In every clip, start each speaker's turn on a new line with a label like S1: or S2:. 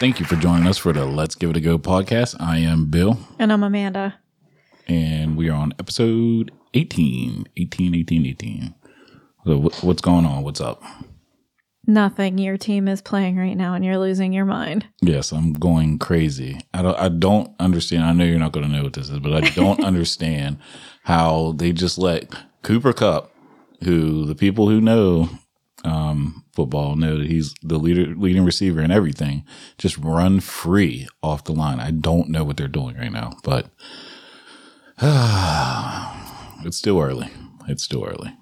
S1: Thank you for joining us for the Let's Give It a Go podcast. I am Bill,
S2: And I'm Amanda.
S1: and we are on episode 18. 18, 18, 18. So wh- what's going on? What's up?
S2: Nothing your team is playing right now, and you're losing your mind.
S1: Yes, I'm going crazy. I don't I don't understand. I know you're not gonna know what this is, but I don't understand how they just let Cooper Cup, who the people who know um football know that he's the leader leading receiver and everything, just run free off the line. I don't know what they're doing right now, but it's still early. It's still early.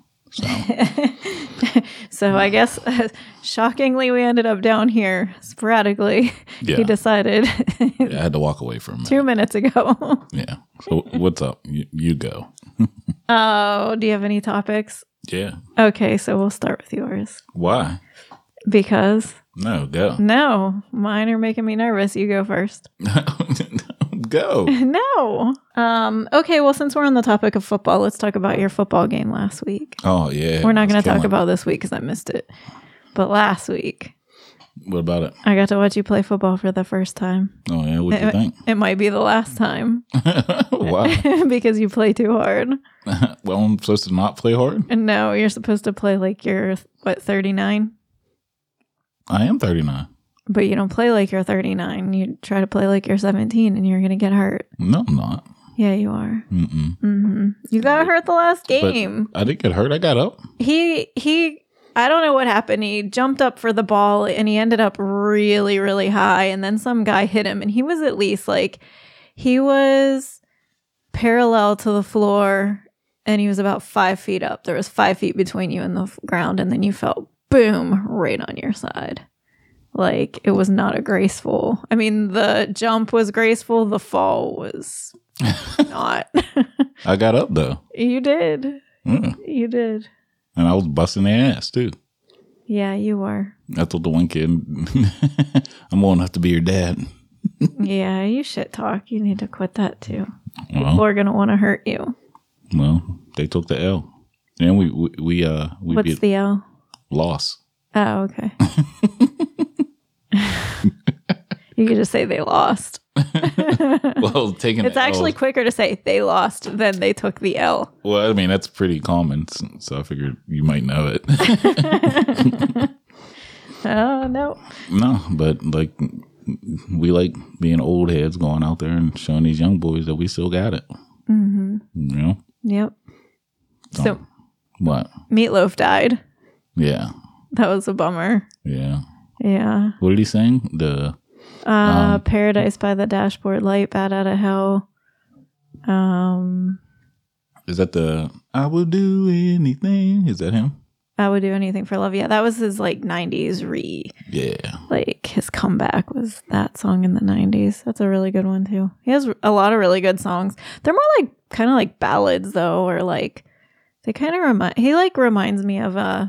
S2: So I guess shockingly, we ended up down here sporadically.
S1: Yeah.
S2: He decided
S1: I had to walk away for a minute.
S2: two minutes ago.
S1: Yeah. So what's up? You, you go.
S2: oh, do you have any topics?
S1: Yeah.
S2: Okay, so we'll start with yours
S1: Why?
S2: because
S1: No, go.
S2: no, mine are making me nervous. You go first.
S1: go.
S2: No. Um. Okay. Well, since we're on the topic of football, let's talk about your football game last week.
S1: Oh yeah.
S2: We're not
S1: it's
S2: going to talk
S1: killing.
S2: about this week because I missed it. But last week,
S1: What about it?
S2: I got to watch you play football for the first time.
S1: Oh yeah. What do you think?
S2: It might be the last time
S1: Why?
S2: because you play too hard.
S1: well, I'm supposed to not play hard.
S2: And no, you're supposed to play like you're, what, 39?
S1: I am 39.
S2: But you don't play like you're 39. You try to play like you're 17 and you're going to get hurt.
S1: No, I'm not.
S2: Yeah, you are.
S1: Mm-mm.
S2: hmm You got hurt the last
S1: But-
S2: game.
S1: I didn't get hurt. I got up.
S2: he, he, I don't know what happened. He jumped up for the ball and he ended up really, really high. And then some guy hit him and he was at least like, he was parallel to the floor and he was about five feet up. There was five feet between you and the f- ground. And then you felt boom right on your side. Like it was not a graceful. I mean, the jump was graceful, the fall was not.
S1: I got up though,
S2: you did.
S1: yeah.
S2: You did.
S1: and I was busting their ass too.
S2: Yeah, you were.
S1: I told the one kid, "I'm old enough to be your dad."
S2: Yeah, you shit talk. You need to quit that too. People
S1: Well,
S2: are gonna want to hurt you.
S1: well, they took the L, and we we, we uh we
S2: What's
S1: beat
S2: the L?
S1: loss.
S2: Oh, okay. you could just say they lost.
S1: Well, taking
S2: It's
S1: the L-
S2: actually quicker to say they lost than they took the L.
S1: well. I mean, that's pretty common, so- so I figured you might know it.
S2: Oh no.
S1: No, but like we like being old heads going out there and showing these young boys that we still got it.
S2: Mm-hmm.
S1: You know
S2: Yep. So
S1: what?
S2: Meatloaf died.
S1: Yeah,
S2: That was a bummer.
S1: yeah.
S2: Yeah.
S1: What did he sing? The
S2: Uh, Paradise by the Dashboard Light, Bad Out of Hell. Um,
S1: is that the I will do anything? Is that him?
S2: I would do anything for love. Yeah, that was his like '90s re.
S1: Yeah,
S2: like his comeback was that song in the 90s that's a really good one too he has a lot of really good songs they're more like kind of like ballads though or like they kind of remind he like reminds me of uh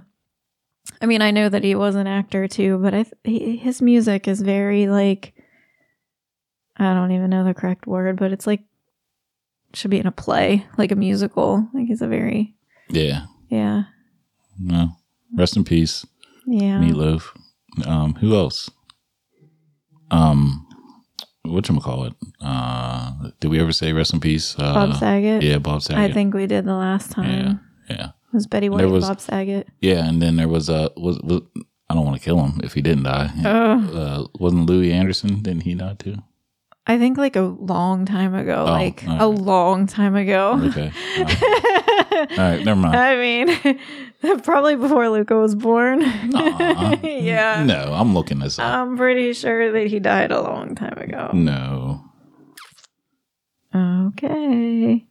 S2: i mean i know that he was an actor too but i th- he, his music is very like i don't even know the correct word but it's like should be in a play like a musical like he's a very
S1: yeah.
S2: yeah
S1: No, rest in peace,
S2: yeah
S1: Meatloaf. Um, who else? Um, what you call it? Uh, did we ever say rest in peace? Uh,
S2: bob saget
S1: Yeah, Bob Saget.
S2: i think we did the last time
S1: Yeah, yeah.
S2: It was betty
S1: And
S2: white
S1: there
S2: and
S1: was-
S2: bob saget
S1: Yeah, and then there was a was, was I don't want to kill him if he didn't die.
S2: Oh,
S1: Uh, wasn't Louis Anderson? Didn't he die too?
S2: I think like a long time ago,
S1: Oh,
S2: like
S1: all right.
S2: a long time ago.
S1: Okay, all right, All right, never mind.
S2: I mean, probably before Luca was born.
S1: Aw.
S2: yeah.
S1: No, I'm looking this up.
S2: I'm pretty sure that he died a long time ago.
S1: no,
S2: Okay.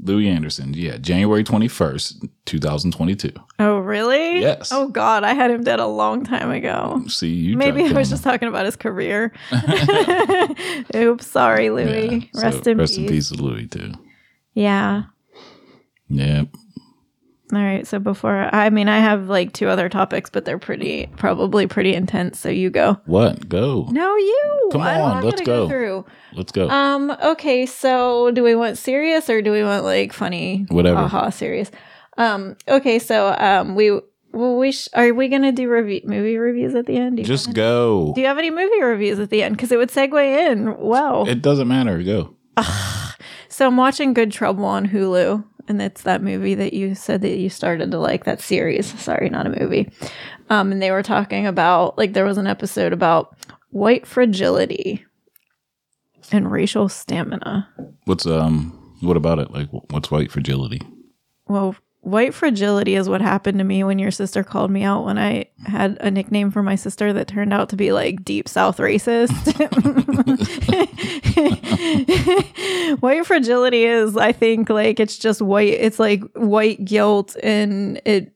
S1: Louis Anderson. Yeah, January twenty first, two thousand twenty two.
S2: Oh, really?
S1: Yes.
S2: Oh, God. I had him dead a long time ago.
S1: See you. tried
S2: Maybe
S1: to
S2: I
S1: kill
S2: was
S1: him.
S2: just talking about his career. Oops. Sorry, Louis.
S1: Yeah, so
S2: rest in
S1: rest
S2: peace.
S1: in peace to Louis too.
S2: Yeah.
S1: Yeah.
S2: All right. So before, I mean, I have like two other topics, but they're pretty, probably pretty intense. So you go.
S1: What? Go.
S2: No, you.
S1: Come
S2: I don't-
S1: on,
S2: I'm
S1: let's
S2: gonna
S1: go.
S2: through.
S1: Let's go.
S2: Um. Okay. So, do we want serious or do we want like funny?
S1: Whatever.
S2: Aha, serious. Um. Okay. So, um, we Well, we sh- are we gonna do review movie reviews at the end? Do you
S1: Just
S2: wanna-
S1: go.
S2: Do you have any movie reviews at the end? Because it would segue in well.
S1: It doesn't matter. Go.
S2: so I'm watching Good Trouble on Hulu, and it's that movie that you said that you started to like. That series, sorry, not a movie. Um, and they were talking about like there was an episode about white fragility and racial stamina.
S1: What's um? What about it? Like, what's white fragility?
S2: Well, white fragility is what happened to me when your sister called me out when I had a nickname for my sister that turned out to be like deep south racist. white fragility is, I think, like it's just white, it's like white guilt and it.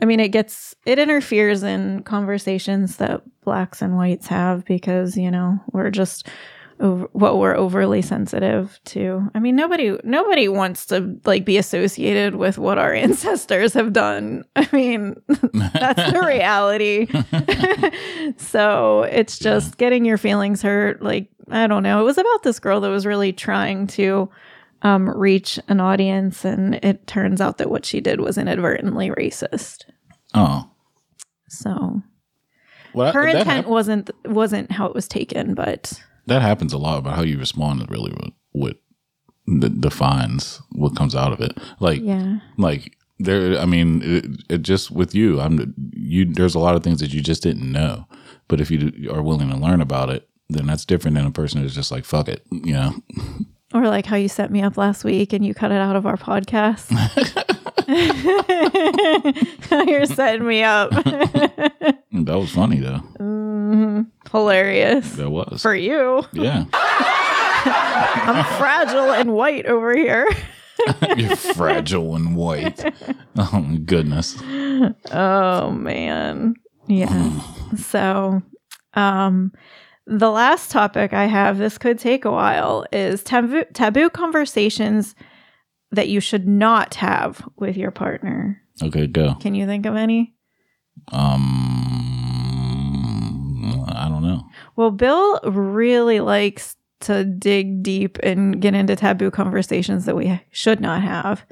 S2: I mean, it gets, it interferes in conversations that blacks and whites have because, you know, we're just, over, what we're overly sensitive to. I mean, nobody nobody wants to like be associated with what our ancestors have done. I mean, that's the reality. so it's just getting your feelings hurt. Like I don't know. It was about this girl that was really trying to um, reach an audience, and it turns out that what she did was inadvertently racist.
S1: Oh,
S2: So
S1: well,
S2: her
S1: Uh, that,
S2: intent
S1: hap-
S2: wasn't wasn't how it was taken, but
S1: that happens a lot. About how you respond is really what, what d- defines what comes out of it. Like,
S2: yeah.
S1: like there. I mean, it, it just with you. I'm you. There's a lot of things that you just didn't know, but if you d- are willing to learn about it, then that's different than a person who's just like, fuck it. You know,
S2: Or like how you set me up last week and you cut it out of our podcast. You're setting me up.
S1: that was funny though.
S2: Mm-hmm. Hilarious.
S1: That was.
S2: For you.
S1: Yeah,
S2: I'm fragile and white over here.
S1: you're fragile and white. Oh goodness.
S2: Oh man. Yeah. So um the last topic I have, this could take a while, is taboo taboo conversations that you should not have with your partner.
S1: Okay, go.
S2: Can you think of any?
S1: Um, I don't know.
S2: Well, Bill really likes to dig deep and get into taboo conversations that we should not have.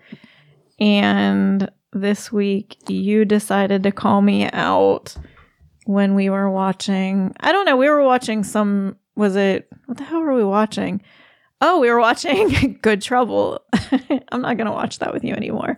S2: And this week, you decided to call me out when we were watching. I don't know. We were watching some. Was it. What the hell were we watching? Oh, we were watching Good Trouble. I'm not going to watch that with you anymore.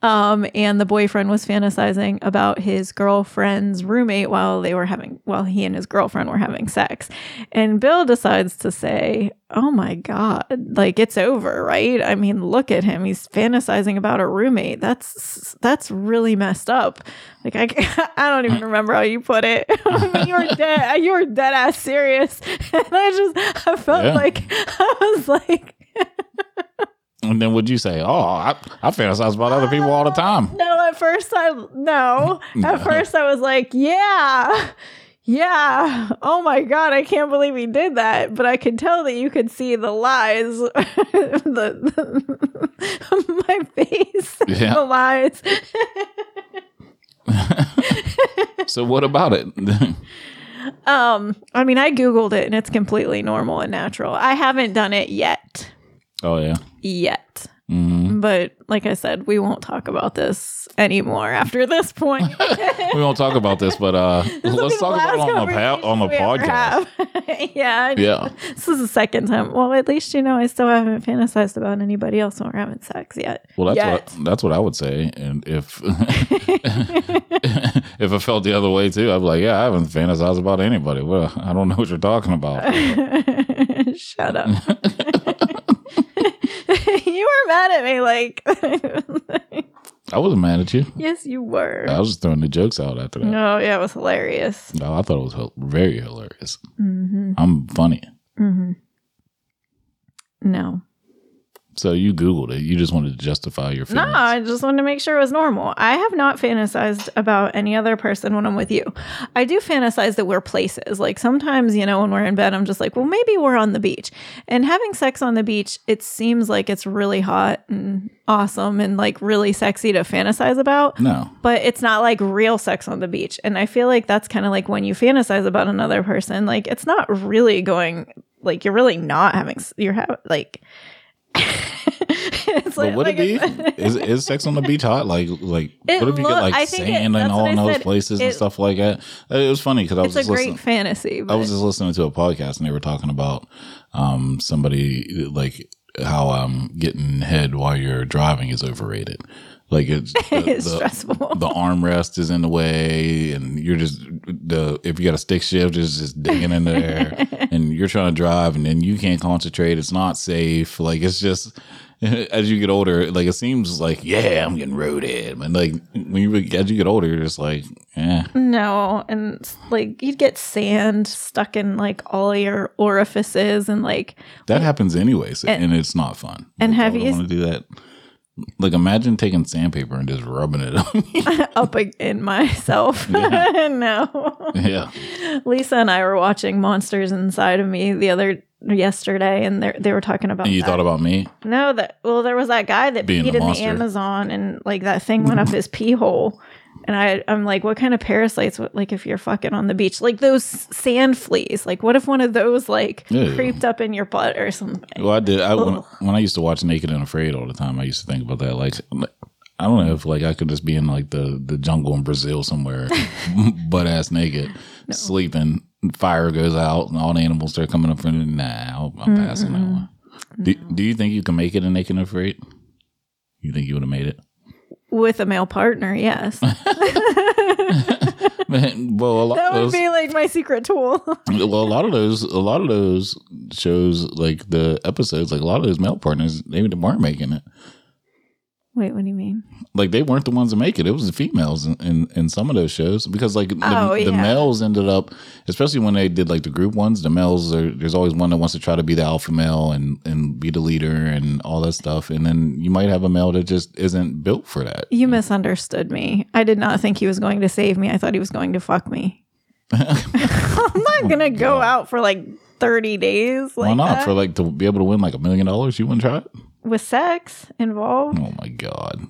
S2: Um, and the boyfriend was fantasizing about his girlfriend's roommate while they were having, while he and his girlfriend were having sex. And Bill decides to say, Oh my God, like it's over, right? I mean, look at him. He's fantasizing about a roommate. That's, that's really messed up. Like, I, ca- I don't even remember how you put it. I mean, you were dead, you were dead ass serious. And I just, I felt
S1: Yeah.
S2: like, I was like,
S1: And then would you say? Oh, I, I fantasize about other people all the time.
S2: No, at first I no. At first I was like, yeah. Yeah. Oh my god, I can't believe he did that, but I could tell that you could see the lies the, the my face.
S1: Yeah.
S2: The lies.
S1: So what about it?
S2: Um, I mean, I googled it and it's completely normal and natural. I haven't done it yet.
S1: oh yeah.
S2: Yet.
S1: hmm
S2: But like I said, we won't talk about this anymore after this point.
S1: We won't talk about this, but uh,
S2: This will be
S1: let's
S2: the
S1: talk about it
S2: last
S1: on the pa- on the podcast.
S2: conversation we ever have. yeah, I know.
S1: Yeah.
S2: This is the second time. Well, at least you know I still haven't fantasized about anybody else when we're having sex yet.
S1: Well, that's
S2: Yet.
S1: what that's what I would say. And if if I felt the other way too, I'd be like, yeah, I haven't fantasized about anybody. Well, I don't know what you're talking about.
S2: Shut up. you were mad at me, like
S1: I wasn't mad at you.
S2: yes, you were.
S1: I was just throwing the jokes out after that.
S2: No, yeah, it was hilarious.
S1: No, I thought it was hil- very hilarious.
S2: Mm-hmm.
S1: I'm funny.
S2: Mm-hmm. No,
S1: So you Googled it. You just wanted to justify your
S2: no,
S1: feelings.
S2: I just wanted to make sure it was normal. I have not fantasized about any other person when I'm with you. I do fantasize that we're places. Like sometimes, you know, when we're in bed, I'm just like, well, maybe we're on the beach. And having sex on the beach, it seems like it's really hot and awesome and like really sexy to fantasize about
S1: No.
S2: but it's not like real sex on the beach. And I feel like that's kind of like when you fantasize about another person, like it's not really going, like you're really not having, s- you're having, like, it's It's
S1: But would
S2: like
S1: it be? is is sex on the beach hot? Like like
S2: It
S1: what if you
S2: look-
S1: get like
S2: I think it-
S1: sand and
S2: that's
S1: all
S2: what
S1: in
S2: I
S1: those
S2: said.
S1: places and
S2: It-
S1: stuff like that? Uh, It was funny because I was
S2: It's a
S1: just
S2: great
S1: listening.
S2: fantasy. But
S1: I was just listening to a podcast and they were talking about um somebody like how um getting head while you're driving is overrated. Like it's the-
S2: it's
S1: the-
S2: stressful.
S1: the armrest is in the way and you're just the if you got a stick shift it's just digging in there and you're trying to drive and then you can't concentrate it's not safe like it's just as you get older like it seems like yeah i'm getting roaded and like when you as you get older you're just like eh.
S2: No, and like you'd get sand stuck in like all your orifices and like
S1: that happens anyways
S2: And-
S1: and, it's not fun
S2: and
S1: Like, I
S2: have
S1: wouldn't
S2: you-
S1: want to do that like imagine taking sandpaper and just rubbing it on you.
S2: up ag- in myself.
S1: Yeah.
S2: no.
S1: yeah
S2: Lisa and I were watching Monsters Inside of Me the other yesterday and they they were talking about
S1: and you
S2: that.
S1: thought about me
S2: No, that well, there was that guy that
S1: Being
S2: peed
S1: a
S2: in the
S1: monster.
S2: Amazon, and like that thing went up his pee hole. And I, I'm like, what kind of parasites? What, like, if you're fucking on the beach, like those sand fleas. Like, what if one of those like
S1: Ew.
S2: creeped up in your butt or something?
S1: Well, I did. I, when,
S2: Ugh.
S1: when I used to watch Naked and Afraid all the time, I used to think about that. Like, I don't know if like I could just be in like the the jungle in Brazil somewhere, butt ass naked, sleeping. Fire goes out and all the animals start coming up from me. Nah, I'll-
S2: Mm-hmm.
S1: I'm passing that one. Do, do you think you can make it in Naked and Afraid? You think you would have made it?
S2: With a male partner, yes.
S1: Man, well, a lot
S2: that
S1: of
S2: would
S1: those,
S2: be like my secret tool.
S1: well, a lot of those, a lot of those shows, like the episodes, like a lot of those male partners, they weren't making it.
S2: Wait, what do you mean?
S1: like they weren't the ones to make it. It was the females in, in, in some of those shows because like the,
S2: Oh,
S1: the
S2: yeah.
S1: males ended up, especially when they did like the group ones. The males are there's always one that wants to try to be the alpha male and and be the leader and all that stuff. And then you might have a male that just isn't built for that.
S2: You misunderstood me. I did not think he was going to save me. I thought he was going to fuck me. I'm not gonna go out for like 30 days. Like
S1: Oh Why not?
S2: that.
S1: For like to be able to win like a million dollars, you wouldn't try it.
S2: with sex involved
S1: Oh my god,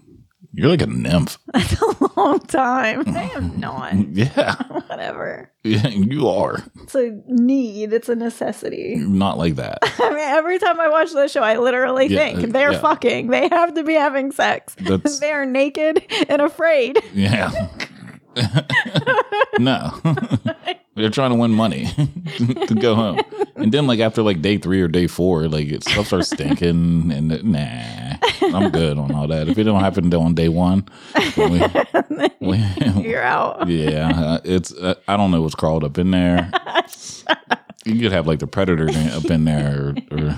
S1: you're like a nymph.
S2: that's a long time i am not
S1: yeah,
S2: whatever
S1: Yeah, you are.
S2: it's a need it's a necessity
S1: You're not like that.
S2: i mean every time i watch this show i literally
S1: Yeah, uh,
S2: think they're
S1: yeah.
S2: fucking they have to be having sex
S1: That's-
S2: they are naked and afraid
S1: Yeah. no. They're trying to win money to go home. And then like after like day three or day four, like it stuff starts stinking and it- nah. I'm good on all that. If it don't happen on day one, then we, we-
S2: you're out
S1: yeah, uh, it's uh, I don't know what's crawled up in there. You could have like the predator in- up in there, or, or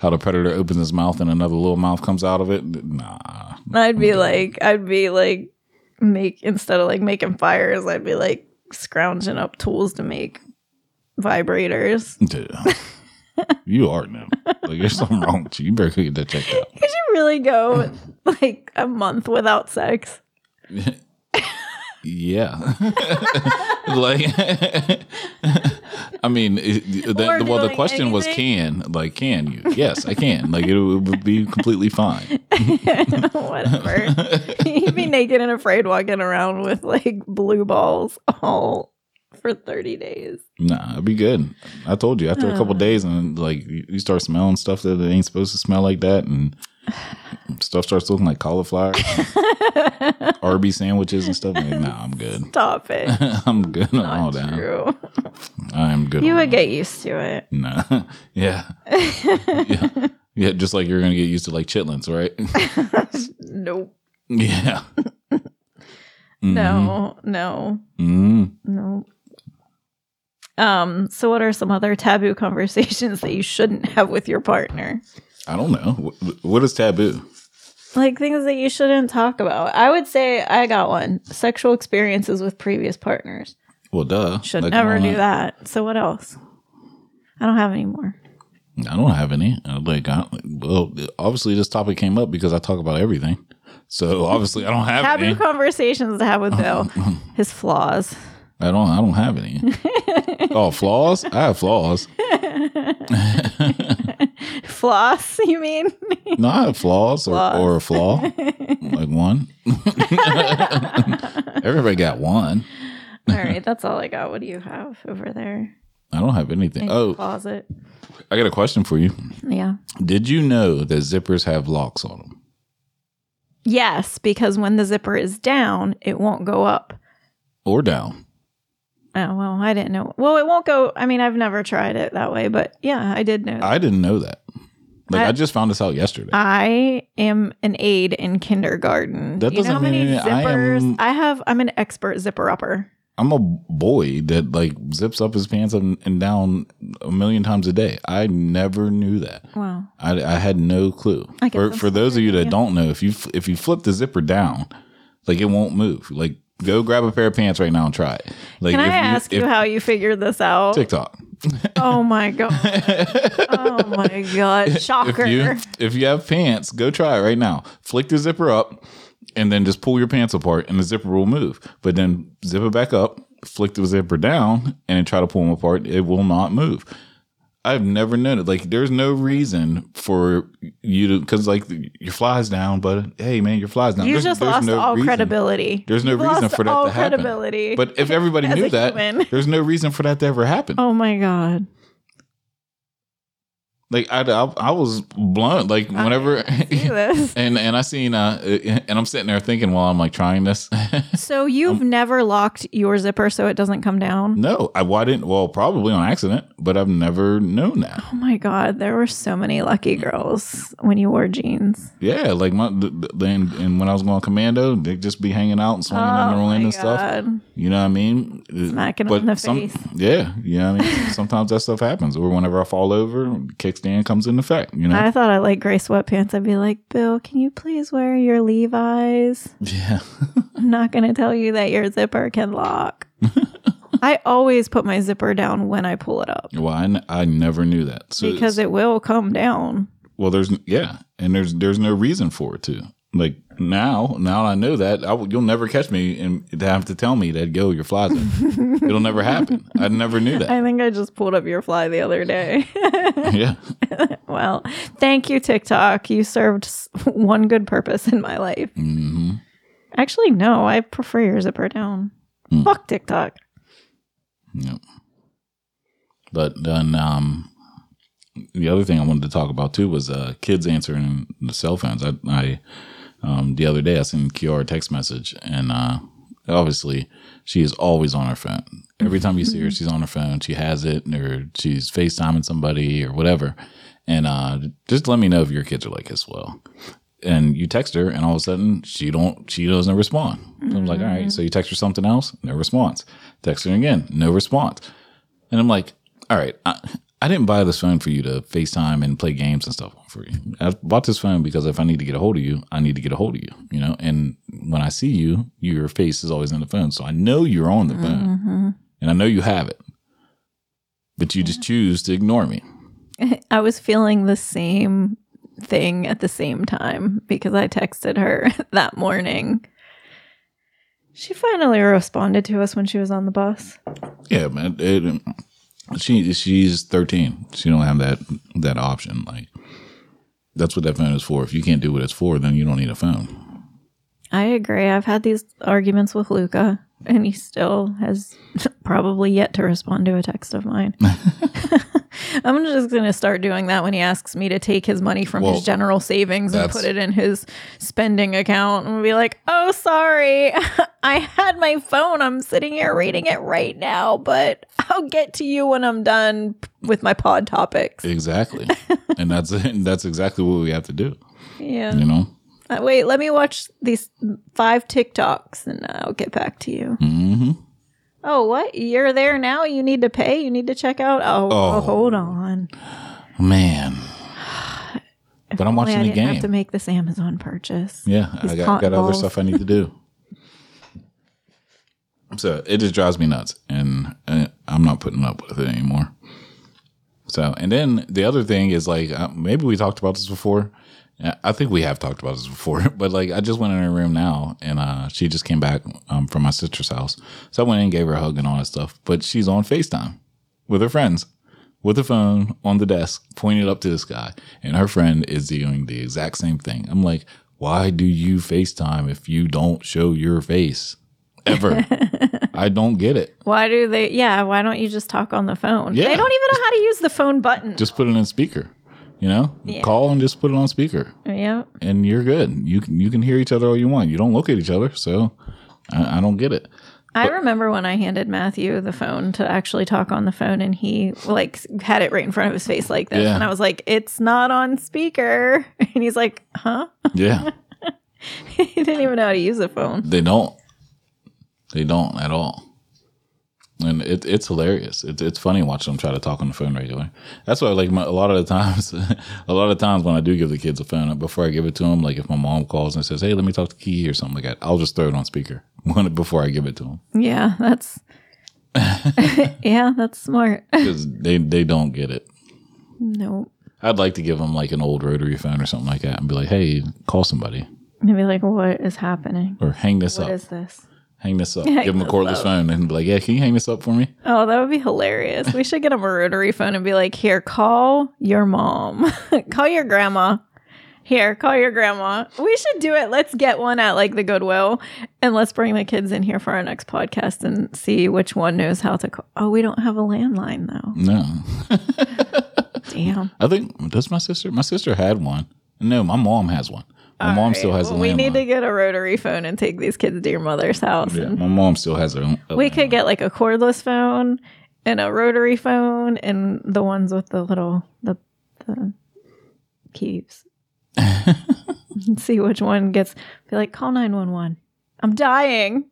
S1: how the predator opens his mouth and another little mouth comes out of it. Nah,
S2: i'd be like i'd be like make instead of like making fires i'd be like scrounging up tools to make vibrators
S1: Dude, you are now. Like, there's something wrong with you. You better go get that checked out.
S2: could you really go like a month without sex
S1: Yeah. like, I mean, it, the,
S2: Or
S1: well, the
S2: doing
S1: question was can. Like, can you? Yes, I can. Like, it, would be completely fine.
S2: Whatever. You'd be naked and afraid walking around with like blue balls all for 30 days.
S1: Nah, it'd be good. I told you after a couple days, and like, you you start smelling stuff that it ain't supposed to smell like that, and stuff starts looking like cauliflower, Arby sandwiches, and stuff. Like, nah, I'm good.
S2: Stop it.
S1: I'm good on all
S2: Not
S1: that.
S2: true.
S1: I'm good.
S2: You
S1: on
S2: would get used to it.
S1: No. yeah. yeah. Yeah. Just like you're going to get used to like chitlins, right?
S2: Nope.
S1: yeah. Mm-hmm.
S2: No, no,
S1: Mm.
S2: no. Um, so what are some other taboo conversations that you shouldn't have with your partner?
S1: I don't know. Wh- What is taboo?
S2: Like things that you shouldn't talk about. I would say I got one. Sexual experiences with previous partners.
S1: Well, duh.
S2: Should
S1: Like, I
S2: never
S1: don't
S2: do
S1: know.
S2: that. So what else? I don't have any more.
S1: I don't have any. Uh, Like, I, well, obviously this topic came up because I talk about everything. So obviously I don't have
S2: Taboo
S1: any.
S2: conversations to have with Bill. His flaws.
S1: I don't. I don't have any. oh, flaws. I have flaws.
S2: Floss, you mean?
S1: No, I have flaws, Or, or a flaw, like one. Everybody got one.
S2: all right, that's all I got. What do you have over there?
S1: I don't have anything.
S2: In
S1: Oh,
S2: your closet.
S1: I got a question for you.
S2: Yeah.
S1: Did you know that zippers have locks on them?
S2: Yes, because when the zipper is down, it won't go up.
S1: or down.
S2: Oh, well, I didn't know. Well, it won't go. I mean, I've never tried it that way, but yeah, I did know. that.
S1: I didn't know that. Like I,
S2: I-
S1: just found this out yesterday.
S2: I am an aide in kindergarten.
S1: That
S2: you know
S1: doesn't
S2: how many
S1: mean I
S2: zippers
S1: am-
S2: I have? I'm an expert zipper upper.
S1: I'm a boy that like zips up his pants up and down a million times a day. I never knew that.
S2: Wow.
S1: I, I had no clue.
S2: I guess
S1: For,
S2: that's
S1: for those of you that
S2: yeah.
S1: don't know, if you f- if you flip the zipper down, like it won't move. Like go grab a pair of pants right now and try it. Like
S2: Can I
S1: if
S2: ask you
S1: if-
S2: how you figured this out?
S1: TikTok.
S2: Oh my god. oh my god.
S1: If
S2: Shocker.
S1: you if you have pants, go try it right now. Flick the zipper up, and then just pull your pants apart, and the zipper will move. But then zip it back up, flick the zipper down, and then try to pull them apart. It will not move. I've never known it. Like there's no reason for you to because like your flies down, but hey man, your flies down.
S2: You
S1: There's-
S2: just
S1: there's
S2: lost
S1: no
S2: all
S1: reason.
S2: credibility.
S1: There's no
S2: You've
S1: reason
S2: lost
S1: for that
S2: all
S1: to happen.
S2: credibility.
S1: But if everybody
S2: as
S1: knew
S2: a
S1: that,
S2: human.
S1: there's no reason for that to ever happen.
S2: oh my god.
S1: Like I, I, I was blunt. Like
S2: I
S1: whenever,
S2: Oh, See this.
S1: and and I seen uh, and I'm sitting there thinking while I'm like trying this.
S2: So you've never locked your zipper so it doesn't come down?
S1: Um, no, I why didn't? Well, probably on accident, but I've never known that.
S2: Oh my god, there were so many lucky girls when you wore jeans.
S1: Yeah, like my th- th- then and when I was going commando, they'd just be hanging out and swinging on the rim and stuff. You know what I mean?
S2: Oh Smacking them in the face.
S1: Yeah, you know what I mean. Sometimes that stuff happens, or whenever I fall over, kickstand comes into effect. You know?
S2: I thought I like gray sweatpants. I'd be like, Bill, can you please wear your Levi's?
S1: yeah.
S2: I'm not going to tell you that your zipper can lock. I always put my zipper down when I pull it up
S1: Well, I, n- I never knew that. So
S2: because it will come down.
S1: Well, there's yeah, and there's there's no reason for it to. Like now, now I know that I w- you'll never catch me and to have to tell me that go your flies. in." It'll never happen. I never knew that.
S2: I think I just pulled up your fly the other day.
S1: yeah,
S2: well, thank you, TikTok. You served s- one good purpose in my life.
S1: hmm
S2: Actually, no, I prefer your zipper down.
S1: Hmm.
S2: Fuck TikTok.
S1: Yep. But then um, the other thing I wanted to talk about too was uh, kids answering the cell phones. I, I um, the other day I sent Kiara a text message, and uh, obviously she is always on her phone. Every time you see her, she's on her phone. She has it, or she's FaceTiming somebody, or whatever. And uh, just let me know if your kids are like this. Well, and you text her, and all of a sudden she don't she doesn't respond. I'm like, all right. So you text her something else, no response. Text her again, no response. And I'm like, all right, I, I didn't buy this phone for you to FaceTime and play games and stuff for you. I bought this phone because if I need to get a hold of you, I need to get a hold of you, you know? And when I see you, your face is always on the phone. So I know you're on the phone and I know you have it, but you just choose to ignore me.
S2: I was feeling the same thing at the same time because I texted her that morning. She finally responded to us when she was on the bus.
S1: Yeah, man. It, she she's thirteen. She don't have that that option. Like that's what that phone is for. If you can't do what it's for, then you don't need a phone.
S2: I agree. I've had these arguments with Luca, and he still has probably yet to respond to a text of mine. I'm just going to start doing that when he asks me to take his money from
S1: Well,
S2: his general savings and
S1: that's-
S2: put it in his spending account and be like, oh, sorry. I had my phone. I'm sitting here reading it right now, but I'll get to you when I'm done with my pod topics.
S1: Exactly, and that's that's exactly what we have to do.
S2: Yeah.
S1: You know.
S2: Uh, wait, let me watch these five TikToks and I'll get back to you.
S1: hmm
S2: Oh, what? You're there now? You need to pay? You need to check out? Oh,
S1: Oh.
S2: oh, hold on.
S1: Man. But I'm watching
S2: Wait, I
S1: the
S2: didn't
S1: game.
S2: have to make this Amazon purchase.
S1: yeah,
S2: these
S1: I got,
S2: cotton
S1: got other
S2: balls.
S1: stuff I need to do. So it just drives me nuts, and uh, I'm not putting up with it anymore. So, and then the other thing is like, uh, maybe we talked about this before. Uh, I think we have talked about this before, but like, I just went in her room now and uh, she just came back um, from my sister's house. So I went in and gave her a hug and all that stuff, but she's on FaceTime with her friends with her phone on the desk, pointed up to the sky. And her friend is doing the exact same thing. I'm like, why do you FaceTime if you don't show your face ever? I don't get it.
S2: Why do they? Yeah, why don't you just talk on the phone?
S1: Yeah.
S2: They don't even know how to use the phone button.
S1: Just put it in speaker. You know,
S2: Yeah.
S1: call and just put it on speaker,
S2: Yeah.
S1: and you're good. You can you can hear each other all you want. You don't look at each other, so I, I don't get it.
S2: I remember when I handed Matthew the phone to actually talk on the phone and he like had it right in front of his face like this
S1: Yeah.
S2: and I was like it's not on speaker and he's like huh
S1: Yeah,
S2: he didn't even know how to use a phone
S1: they don't. They don't at all. And it, it's hilarious. It's it's funny watching them try to talk on the phone regular. That's why, like, my, a lot of the times, a lot of times when I do give the kids a phone, before I give it to them, like if my mom calls and says, "Hey, let me talk to Key" or something like that, I'll just throw it on speaker before I give it to them.
S2: yeah that's yeah that's smart
S1: because they they don't get it.
S2: no
S1: I'd like to give them like an old rotary phone or something like that, and be like, "Hey, call somebody
S2: and be like what is happening
S1: or hang this
S2: what
S1: up,
S2: is this
S1: hang this up."
S2: Hang
S1: give them a
S2: this
S1: cordless
S2: up.
S1: phone and be like, "Yeah, can you hang this up for me?"
S2: oh that would be hilarious we should get him a rotary phone and be like here call your mom call your grandma here call your grandma we should do it let's get one at like the goodwill and let's bring the kids in here for our next podcast and see which one knows how to call oh we don't have a landline though
S1: No,
S2: damn
S1: I think does my sister. My sister had one. No, my mom has one. My mom still has
S2: Well,
S1: a
S2: we need to
S1: landline.
S2: get a rotary phone and take these kids to your mother's house
S1: Yeah,
S2: and
S1: my mom still has her. Own, uh,
S2: we could get like a cordless phone and a rotary phone and the ones with the little the the keys. and see which one gets be like call 911. I'm dying.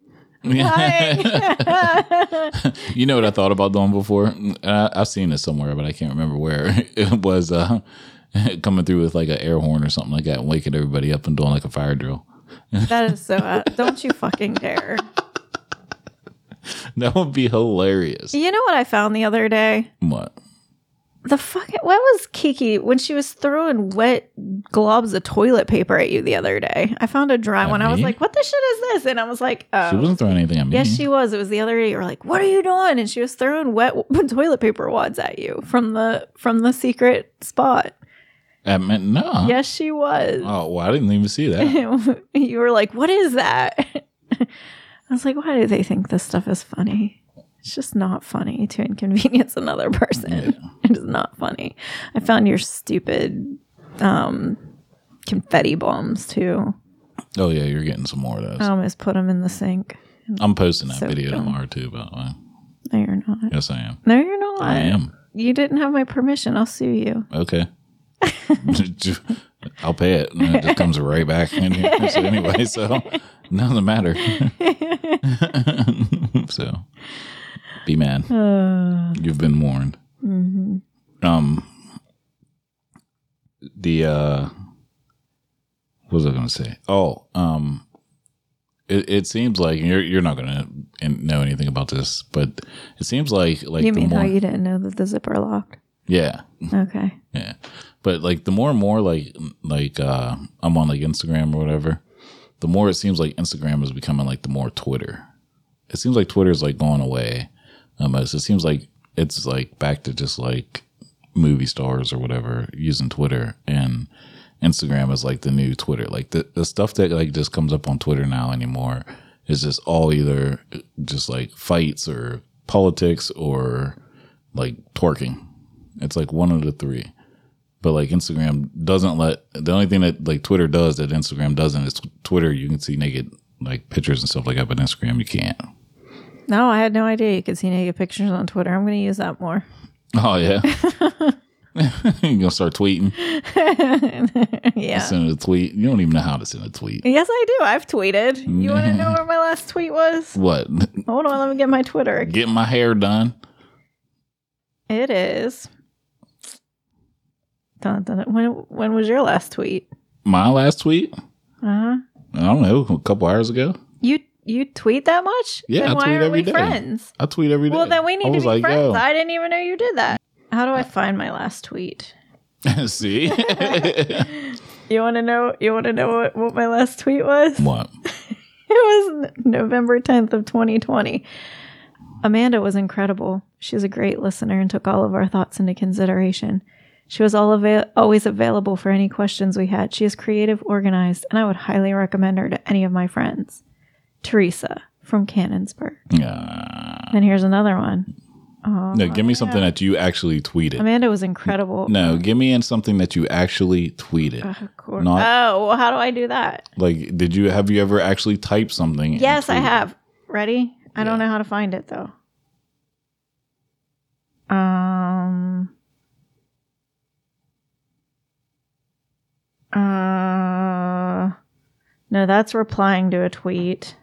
S2: Dying.
S1: you know what I thought about doing before? And I, I've seen this somewhere, but I can't remember where. It was uh, coming through with like an air horn or something like that, and waking everybody up and doing like a fire drill.
S2: that is so out. Don't you fucking dare.
S1: That would be hilarious.
S2: You know what I found the other day?
S1: What?
S2: The fucking what was Kiki when she was throwing wet globs of toilet paper at you the other day? I found a dry
S1: At
S2: one. I was
S1: me?
S2: like, "What the shit is this?" And I was like, "Oh,
S1: She wasn't throwing anything at me.
S2: Yes, she was. It was the other day. You were like, "What are you doing?" And she was throwing wet toilet paper wads at you from the from the secret spot.
S1: I meant no.
S2: Yes, she was.
S1: Oh well, I didn't even see that.
S2: you were like, "What is that?" I was like, "Why do they think this stuff is funny?" It's just not funny to inconvenience another person. It is not funny. I found your stupid um, confetti bombs too.
S1: oh yeah, you're getting some more of those.
S2: I almost put them in the sink.
S1: I'm posting that
S2: Oh, So
S1: video
S2: dumb.
S1: tomorrow too. By the way,
S2: No, you're not.
S1: yes, I am.
S2: No, you're not.
S1: I am.
S2: You didn't have my permission. I'll sue you.
S1: Okay. I'll pay it. And it just comes right back in here. So anyway, so doesn't matter. so be mad.
S2: Uh,
S1: You've been warned.
S2: mhm.
S1: um the uh what was i gonna say oh um it, it seems like you're you're not gonna in- know anything about this but it seems like like
S2: you
S1: the
S2: mean
S1: more
S2: how you didn't know that the zipper locked?
S1: yeah
S2: Okay.
S1: yeah but like the more and more like like uh i'm on like instagram or whatever the more it seems like instagram is becoming like the more twitter it seems like twitter's like going away almost it seems like it's like back to just like movie stars or whatever using twitter and instagram is like the new twitter like the, the stuff that like just comes up on twitter now anymore is just all either uh, just like fights or politics or like twerking it's like one of the three but like Instagram doesn't let the only thing that like Twitter does that Instagram doesn't is tw- Twitter you can see naked like pictures and stuff like that, but Instagram you can't.
S2: No, I had no idea you could see naked pictures on Twitter. I'm going to use that more.
S1: Oh yeah, you gonna start tweeting?
S2: yeah.
S1: Send a tweet. You don't even know how to send a tweet.
S2: Yes, I do. I've tweeted. You want to know
S1: Mm.
S2: where my last tweet was?
S1: What?
S2: Hold on. Let me get my Twitter.
S1: Getting my hair done.
S2: It is. Dun, dun, dun. When, when was your last tweet?
S1: My last tweet.
S2: Uh huh.
S1: I don't know. A couple hours ago.
S2: You you tweet that much?
S1: Yeah,
S2: Then
S1: I
S2: why
S1: tweet
S2: aren't
S1: every
S2: we
S1: day.
S2: friends?
S1: I tweet every day.
S2: Well, then we
S1: I
S2: need to
S1: was
S2: be
S1: like,
S2: friends.
S1: yo.
S2: I didn't even know you did that. How do I find my last tweet?
S1: See
S2: You want to know? You want to know what, what my last tweet was?
S1: what?
S2: It was N- November tenth of twenty twenty. Amanda was incredible. She's a great listener and took all of our thoughts into consideration. She was all avail- always available for any questions we had. She is creative, organized, and I would highly recommend her to any of my friends. Teresa from Cannonsburg.
S1: Yeah.
S2: And here's another one. Oh,
S1: No, give me
S2: yeah.
S1: something that you actually tweeted.
S2: Amanda was incredible.
S1: No, give me in something that you actually tweeted.
S2: Oh, cool.
S1: Not-
S2: oh, well, how do I do that?
S1: Like, did you have you ever actually typed something? and
S2: Yes, I
S1: tweeted?
S2: have. Ready? I don't
S1: Yeah.
S2: know how to find it though. Um. Uh, no, that's replying to a tweet.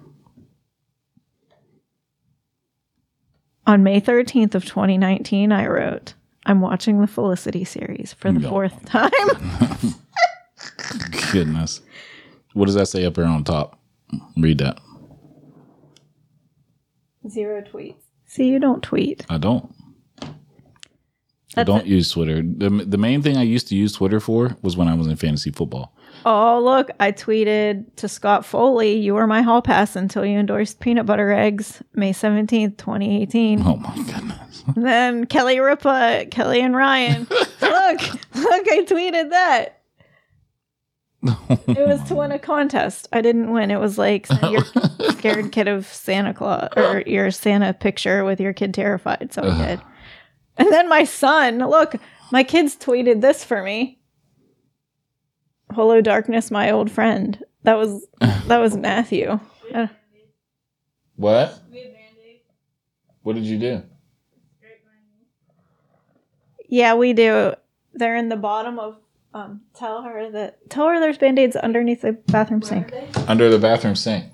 S2: On May 13th of 2019, I wrote, I'm watching the Felicity series for the
S1: No.
S2: fourth time.
S1: Goodness. What does that say up there on top? Read that.
S2: Zero tweets. See, you don't tweet.
S1: I don't. I
S2: That's
S1: don't use Twitter. The, the main thing I used to use Twitter for was when I was in fantasy football.
S2: Oh, look, I tweeted to Scott Foley, you were my hall pass until you endorsed peanut butter eggs May 17th, 2018.
S1: Oh my goodness.
S2: And then Kelly Ripa, Kelly and Ryan. look, look, I tweeted that. It was to win a contest. I didn't win. It was like send your scared kid of Santa Claus or your Santa picture with your kid terrified. So I did. And then my son, look, my kids tweeted this for me. Hello, darkness, my old friend. That was that was Matthew. Uh,
S1: What? What did you do?
S2: yeah, we do. They're in the bottom of. Um, tell her that. Tell her there's band aids underneath the bathroom sink.
S1: Under the bathroom sink.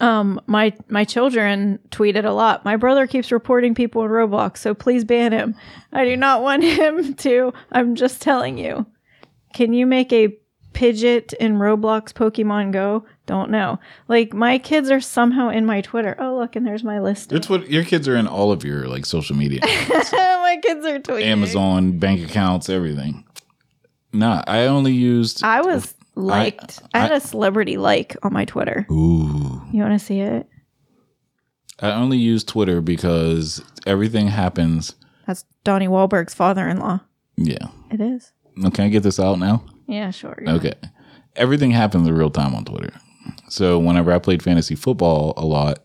S2: Um, my my children tweeted a lot. My brother keeps reporting people in Roblox, so please ban him. I do not want him to. I'm just telling you. Can you make a Pidget in Roblox Pokemon Go? Don't know. Like my kids are somehow in my Twitter. Oh look, and there's my list.
S1: Your Twitter, your kids are in all of your like social media,
S2: my kids are tweeting.
S1: Amazon, bank accounts, everything. Nah, I only used.
S2: I was liked. I, had a celebrity like on my Twitter.
S1: Ooh.
S2: You want to see it?
S1: I only use Twitter because everything happens.
S2: That's Donnie Wahlberg's father-in-law.
S1: Yeah.
S2: It is.
S1: Now, Can I get this out now?
S2: Yeah, sure.
S1: Okay. Everything happens in real time on Twitter. So whenever I played fantasy football a lot,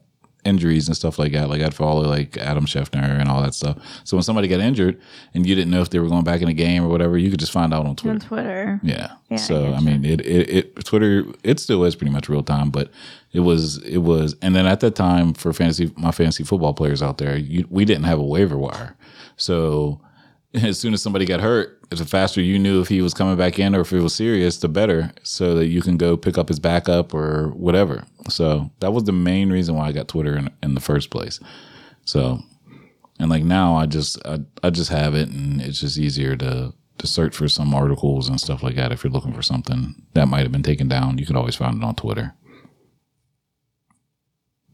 S1: injuries and stuff like that, like I'd follow like Adam Scheffner and all that stuff. So when somebody got injured and you didn't know if they were going back in a game or whatever, you could just find out on Twitter.
S2: On Twitter.
S1: Yeah.
S2: Mm-hmm. Yeah, I
S1: so I, mean, it, it it Twitter it still is pretty much real time, but it was it was, and then at that time for fantasy my fantasy football players out there, you, we didn't have a waiver wire, so as soon as somebody got hurt, the faster you knew if he was coming back in or if it was serious, the better, so that you can go pick up his backup or whatever. So that was the main reason why I got Twitter in, in the first place. So and like now i just I, I just have it and it's just easier to to search for some articles and stuff like that if you're looking for something that might have been taken down you could always find it on twitter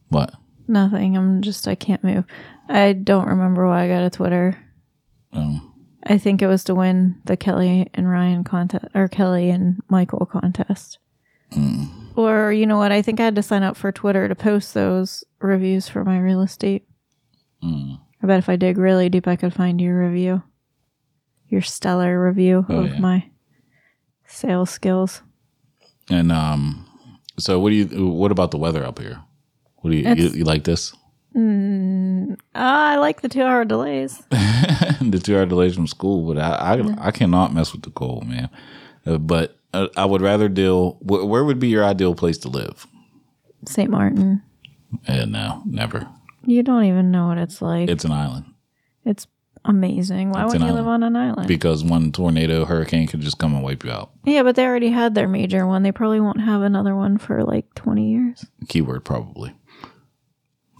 S1: what
S2: Nothing. I'm just, I can't move. I don't remember why I got a Twitter.
S1: um,
S2: I think it was to win the Kelly and Ryan contest or Kelly and Michael contest.
S1: Hmm.
S2: Or, you know what? I think I had to sign up for Twitter to post those reviews for my real estate.
S1: Hmm.
S2: I bet if I dig really deep, I could find your review, your stellar review
S1: Oh,
S2: of
S1: yeah.
S2: my sales skills.
S1: and um so what do you what about the weather up here what do you you,
S2: It's-
S1: you like this
S2: Ah, I like the two hour delays.
S1: the two hour delays from school but i i, I cannot mess with the cold man uh, but uh, i would rather deal wh- where would be your ideal place to live
S2: St. Martin.
S1: and no never
S2: You don't even know what it's like.
S1: it's an island
S2: It's amazing. Why
S1: It's
S2: would
S1: an
S2: you live on an island?
S1: because one tornado hurricane could just come and wipe you out.
S2: yeah, but they already had their major one. They probably won't have another one for like 20 years.
S1: Keyword probably.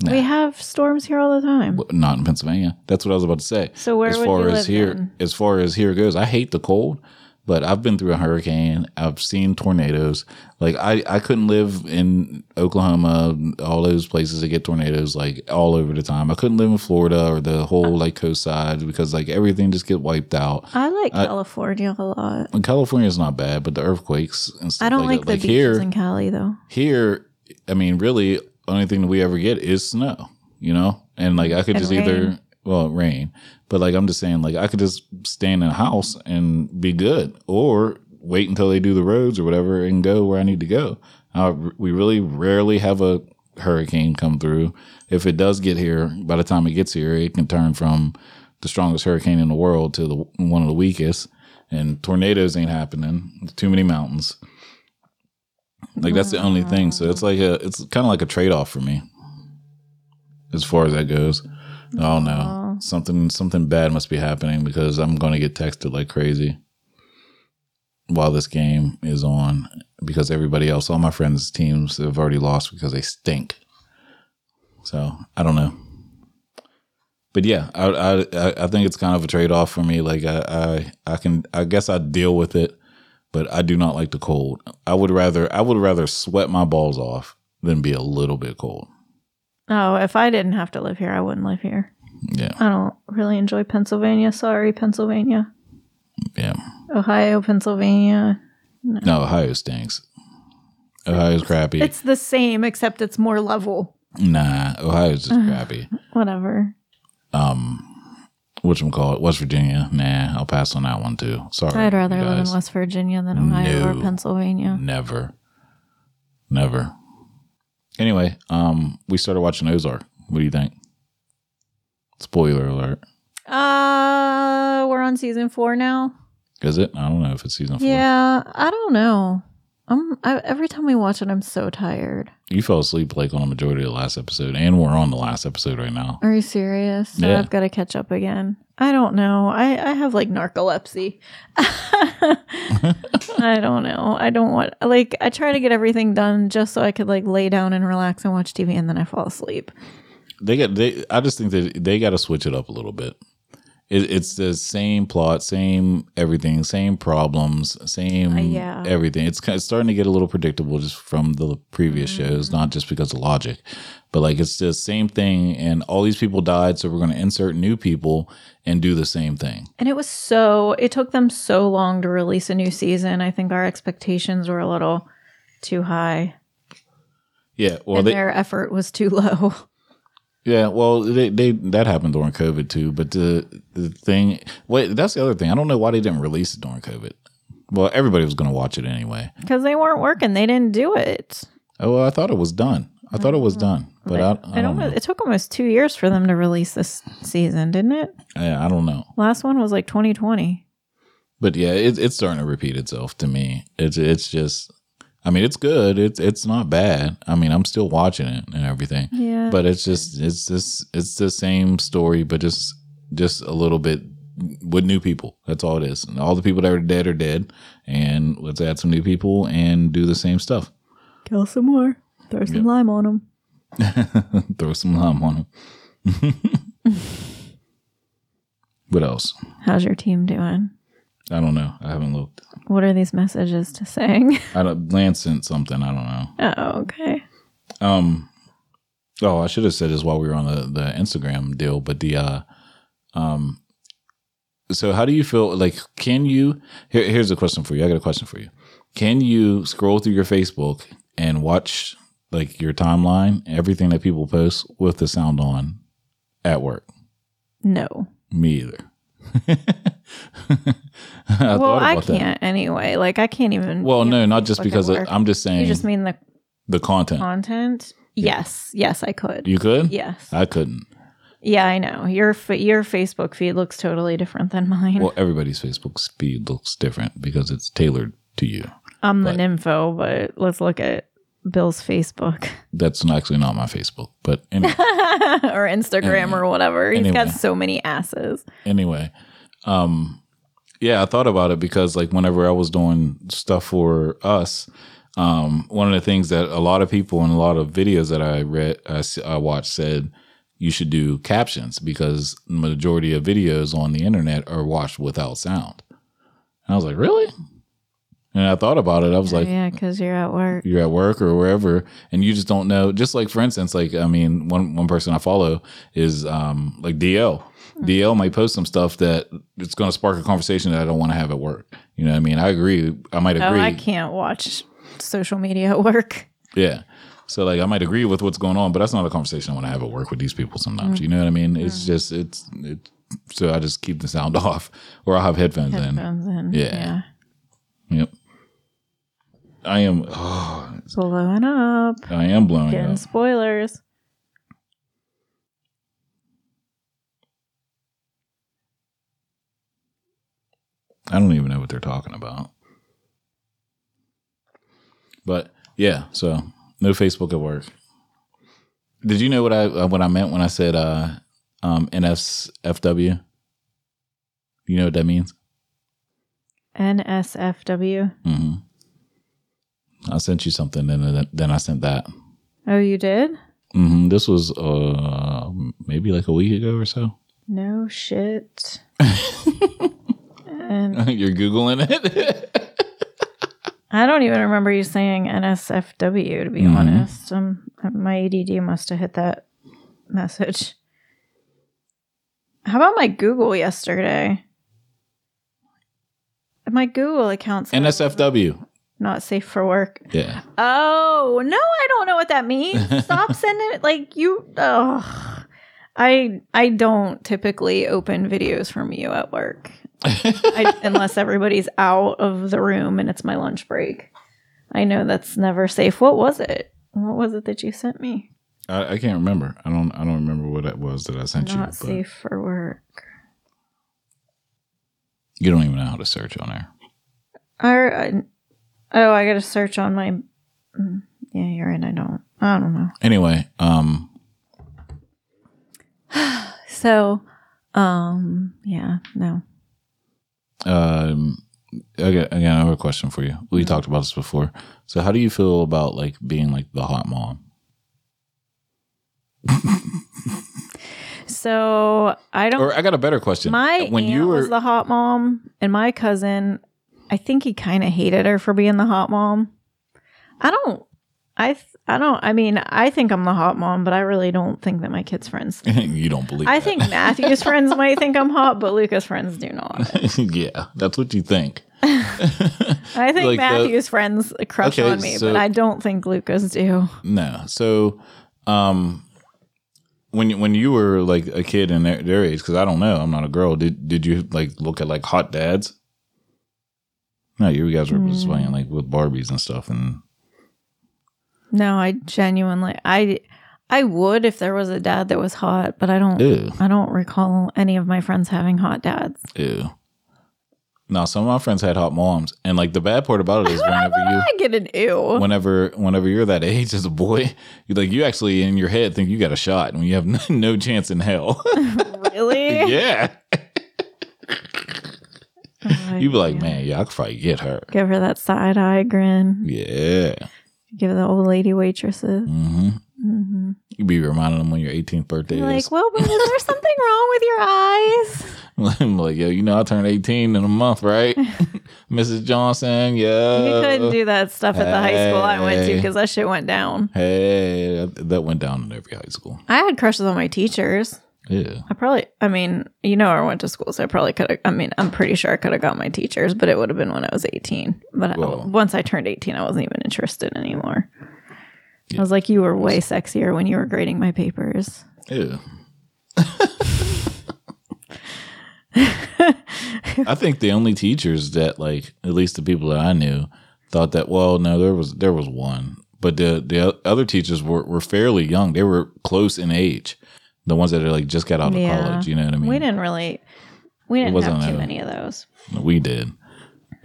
S2: We have storms here all the time.
S1: But not in Pennsylvania. That's what I was about to say.
S2: So where
S1: as
S2: would
S1: far
S2: you
S1: as
S2: live
S1: here
S2: then?
S1: as far as here goes, I hate the cold, but I've been through a hurricane. I've seen tornadoes. Like I, I couldn't live in Oklahoma, all those places that get tornadoes like all over the time. I couldn't live in Florida or the whole like coast side because like everything just get wiped out.
S2: I like California a lot.
S1: And California's not bad, but the earthquakes and stuff
S2: I don't like,
S1: that.
S2: the
S1: Like
S2: beaches
S1: here,
S2: in Cali though.
S1: here, I mean, really, only thing that we ever get is snow, you know? And like, I could
S2: And
S1: just either,
S2: rain.
S1: well, rain, but like, I'm just saying, like, I could just stand in a house and be good or wait until they do the roads or whatever and go where I need to go. Uh, we really rarely have a hurricane come through. If it does get here, by the time it gets here, it can turn from the strongest hurricane in the world to the one of the weakest. And tornadoes ain't happening. There's too many mountains. Like that's the only thing. So it's like a, it's kind of like a trade off for me, as far as that goes. Oh no,
S2: Aw.
S1: something something bad must be happening because I'm going to get texted like crazy while this game is on because everybody else, all my friends' teams have already lost because they stink. So I don't know. But yeah, I I I- I think it's kind of a trade off for me. Like I, I I can I guess I deal with it, but I do not like the cold. I would rather I would rather sweat my balls off than be a little bit cold.
S2: Oh, if I didn't have to live here, I wouldn't live here.
S1: Yeah,
S2: I don't really enjoy Pennsylvania. Sorry, Pennsylvania.
S1: yeah.
S2: Ohio, Pennsylvania.
S1: No, Ohio stinks. Ohio's crappy.
S2: It's the same except it's more level.
S1: nah, Ohio's
S2: Uh-huh.
S1: just crappy.
S2: Whatever.
S1: Um, which I'm called West Virginia. Nah, I'll pass on that one too. Sorry,
S2: I'd rather
S1: you
S2: live in
S1: guys.
S2: West Virginia than Ohio
S1: No.
S2: or Pennsylvania.
S1: Never, never. Anyway, um, we started watching Ozark. What do you think? Spoiler alert.
S2: Uh, we're on season four now.
S1: Is it? I don't know if it's season four.
S2: Yeah, I don't know. I'm I, every time we watch it, I'm so tired.
S1: You fell asleep like on the majority of the last episode, and we're on the last episode right now.
S2: Are you serious? So
S1: Yeah.
S2: I've got to catch up again. I don't know. I, I have like narcolepsy. I don't know. I don't want like I try to get everything done just so I could like lay down and relax and watch TV and then I fall asleep.
S1: They got. They. I just think that they got to switch it up a little bit. It, it's the same plot, same everything, same problems, same
S2: Uh, yeah.
S1: everything. It's, kind of starting to get a little predictable just from the previous
S2: Mm-hmm.
S1: shows, not just because of logic, but like it's the same thing. And all these people died, so we're going to insert new people and do the same thing.
S2: And it was so it took them so long to release a new season. I think our expectations were a little too high.
S1: Yeah. Well,
S2: and
S1: they,
S2: their effort was too low.
S1: Yeah, well, they, they that happened during COVID too. But the the thing, wait, that's the other thing. I don't know why they didn't release it during COVID. Well, everybody was going to watch it anyway.
S2: Because they weren't working. They didn't do it.
S1: Oh, well, I thought it was done. I thought it was done, but I, I, don't know.
S2: It took almost two years for them to release this season, didn't it?
S1: Yeah, I don't know.
S2: Last one was like 2020.
S1: But yeah, it, it's starting to repeat itself to me. It's it's just, I mean, it's good. It's it's not bad. I mean, I'm still watching it and everything.
S2: Yeah.
S1: But it's just it's this it's the same story, but just just a little bit with new people. That's all it is. And all the people that are dead are dead, and let's add some new people and do the same stuff.
S2: Kill some more. Throw some lime on them.
S1: Throw some lime on them. what else?
S2: How's your team doing?
S1: I don't know. I haven't looked.
S2: What are these messages to saying?
S1: I don't, Lance sent something. I don't know.
S2: oh, okay.
S1: Um, oh, I should have said this while we were on the, the Instagram deal, but the, uh, um, so how do you feel? Like, can you? Here, here's a question for you. I got a question for you. Can you scroll through your Facebook and watch like your timeline, everything that people post with the sound on at work?
S2: No.
S1: Me either. I
S2: well, I can't anyway. Like, I can't even.
S1: Well, no, not just
S2: look at
S1: because of,
S2: work.
S1: I'm just saying
S2: You just mean the
S1: the content.
S2: content? Yes. Yes, I could.
S1: You could?
S2: Yes.
S1: I couldn't.
S2: yeah, I know. Your fa- your Facebook feed looks totally different than mine.
S1: Well, everybody's Facebook feed looks different because it's tailored to you.
S2: I'm the
S1: but-
S2: nympho, but let's look at Bill's Facebook.
S1: That's not- actually not my Facebook, but anyway,
S2: or Instagram or whatever. He's
S1: Anyway.
S2: got so many asses.
S1: anyway, um, yeah, I thought about it because like whenever I was doing stuff for us, um, one of the things that a lot of people and a lot of videos that I read, I, s- I watched said you should do captions because the majority of videos on the internet are watched without sound. And I was like, really? And I thought about it. I was like,
S2: yeah, because you're at work.
S1: you're at work or wherever and you just don't know just like for instance like i mean one one person i follow is um like dl dl might post some stuff that it's going to spark a conversation that i don't want to have at work you know what i mean i agree i might
S2: Oh,
S1: agree
S2: I can't watch social media at work.
S1: yeah so like i might agree with what's going on but that's not a conversation i want to have at work with these people sometimes you know what i mean it's just it's it so i just keep the sound off or i'll have headphones in
S2: Headphones in.
S1: Yeah.
S2: yeah.
S1: Yep. I am. Oh,
S2: Blowing up.
S1: I am blowing
S2: Getting
S1: up.
S2: spoilers.
S1: I don't even know what they're talking about. But yeah, so no Facebook at work. Did you know what I uh, what I meant when I said uh, um, NSFW? You know what that means?
S2: NSFW.
S1: hmm Mm-hmm. I sent you something, and then- then I sent that.
S2: Oh, you did?
S1: hmm This was uh, maybe like a week ago or so.
S2: No shit. and
S1: You're googling it.
S2: I don't even remember you saying NSFW, to be
S1: Mhm.
S2: honest. Um, my ADD must have hit that message. How about my Google yesterday? My Google account's
S1: NSFW.
S2: not safe for work.
S1: Yeah.
S2: Oh no, I don't know what that means. Stop sending it. Like you, ugh. I I don't typically open videos from you at work I, unless everybody's out of the room and it's my lunch break. I know that's never safe. What was it? What was it that you sent me?
S1: I, I can't remember. I don't. I don't remember what it was that I sent you.
S2: Not
S1: but-
S2: safe for work.
S1: You don't even know how to search on there.
S2: Or uh, oh, I got to search on my. mm, Yeah, you're right. I don't. I don't know.
S1: Anyway, um,
S2: So, um, yeah, no.
S1: um, okay, again, I have a question for you. We
S2: Mhm.
S1: talked about this before. So, how do you feel about like being like the hot mom?
S2: So I don't.
S1: Or I got a better question.
S2: my
S1: uh, when
S2: aunt
S1: you were
S2: was the hot mom, and my cousin, I think he kind of hated her for being the hot mom. I don't. I th- I don't. I mean, I think I'm the hot mom, but I really don't think that my kids' friends.
S1: you don't believe.
S2: I
S1: that.
S2: think Matthew's friends might think I'm hot, but Luca's friends do not.
S1: yeah, that's what you think.
S2: I think
S1: Like the-
S2: Matthew's friends crush
S1: Okay,
S2: on me,
S1: so-
S2: but I don't think Luca's do.
S1: No. So, um, when you- when you were like a kid in their, their age, because I don't know, I'm not a girl. Did did you like look at like hot dads? No, you guys were just
S2: Mm.
S1: playing like with Barbies and stuff, and
S2: No, I genuinely, I, I would if there was a dad that was hot, but I don't.
S1: ew,
S2: I don't recall any of my friends having hot dads.
S1: ew. Now, some of my friends had hot moms, and like the bad part about it is whenever you,
S2: I get an ew.
S1: whenever, whenever you're that age as a boy, you like you actually in your head think you got a shot, and you have no, no chance in hell.
S2: really?
S1: yeah,
S2: Oh,
S1: you'd be like,
S2: yeah.
S1: man, yeah, I could probably get her.
S2: Give her that side eye grin.
S1: Yeah.
S2: Give the old lady waitresses.
S1: hmm
S2: Mm-hmm.
S1: You be reminding them when your 18th birthday
S2: Like,
S1: is.
S2: Wilbur, is there something wrong with your eyes?
S1: I'm like, yo, you know, I turned 18 in a month, right? Mrs. Johnson, yeah.
S2: you couldn't do that stuff at the high school I went to
S1: Uh, hey.
S2: because that shit went down.
S1: Hey, that- that went down in every high school.
S2: I had crushes on my teachers.
S1: Yeah.
S2: I probably, I mean, you know, I went to school, so I probably could have, I mean, I'm pretty sure I could have got my teachers, but it would have been when I was 18. But I-
S1: Well-
S2: once I turned 18, I wasn't even interested anymore.
S1: Yeah.
S2: I was like, you were way sexier when you were grading my papers.
S1: Yeah. I think the only teachers that like at least the people that I knew thought that well no there was there was one but the the o- other teachers were, were fairly young they were close in age the ones that are like just got out of
S2: Yeah.
S1: college you know what I mean
S2: we didn't really we didn't
S1: wasn't
S2: have too
S1: a-
S2: many of those
S1: We did.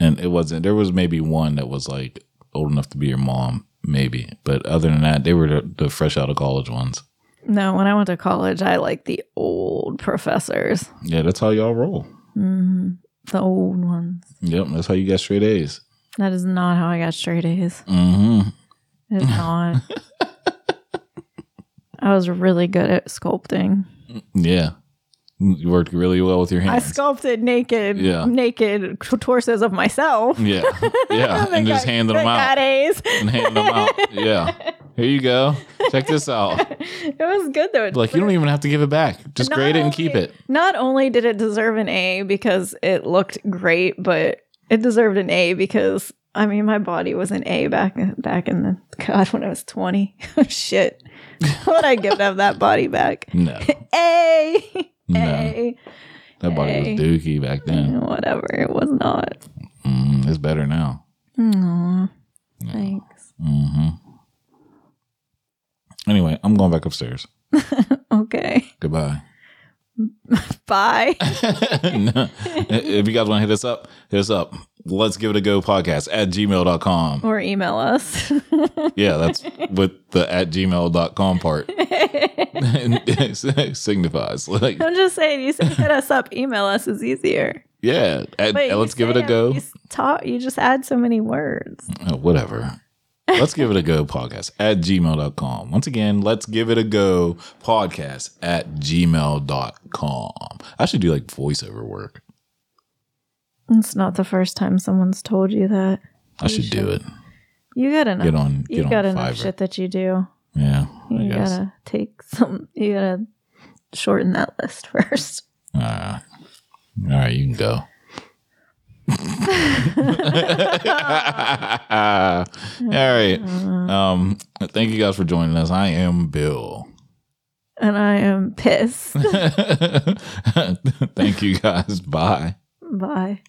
S1: And it wasn't, there was maybe one that was like old enough to be your mom, maybe. But other than that, they were the, the fresh out of college ones.
S2: no when i went to college i liked the old professors
S1: Yeah, that's how y'all roll.
S2: Mhm. the old ones
S1: Yep, that's how you got straight A's.
S2: that is not how i got straight a's
S1: Mm-hmm.
S2: it's not i was really good at sculpting
S1: Yeah. You worked really well with your
S2: i
S1: hands.
S2: sculpted nakted
S1: Yeah.
S2: naked t- torsos of myself
S1: yeah. Yeah.
S2: They
S1: and just
S2: got-
S1: handing
S2: Oh they
S1: them out.
S2: got A's.
S1: And handing them out. Yeah. Here you go. Check this out.
S2: it was good though It
S1: Like, you don't even have to give it back. Just
S2: Not
S1: grade it and
S2: only-
S1: keep it.
S2: Not only did it deserve an A because it looked great, but it deserved an A because I mean my body was an A back back in the God when I was twenty. Oh, Shit, would I give them that body back?
S1: No.
S2: A,
S1: No.
S2: A,
S1: That body was dookie back then. Mm-hmm.
S2: whatever. It was not.
S1: Mm, it's better now.
S2: Aw. Thanks.
S1: hmm Anyway, I'm going back upstairs.
S2: Okay.
S1: Goodbye.
S2: Bye.
S1: No. if you guys want to hit us up, hit us up. Let's give it a go podcast at gmail.com.
S2: or email us.
S1: Yeah, that's with the at gmail.com part signifies. Like,
S2: I'm just saying, you said hit us up, email us is easier.
S1: yeah, at,
S2: Wait,
S1: let's
S2: you
S1: give it
S2: say uh,
S1: a go.
S2: You, s- talk, you just add so many words.
S1: Oh, whatever. Let's give it a go podcast at gmail.com. Once again, let's give it a go podcast at gmail.com. I should do like voiceover work.
S2: It's not the first time someone's told you that.
S1: I should, do it.
S2: You got enough.
S1: Get on, get
S2: you
S1: on
S2: got enough
S1: Fiverr.
S2: shit that you do.
S1: Yeah, I
S2: You
S1: guess.
S2: gotta take some. You gotta shorten that list first.
S1: Uh, all right, you can go. all right. Um, thank you guys for joining us. I am Bill.
S2: And I am pissed.
S1: thank you guys. Bye.
S2: Bye.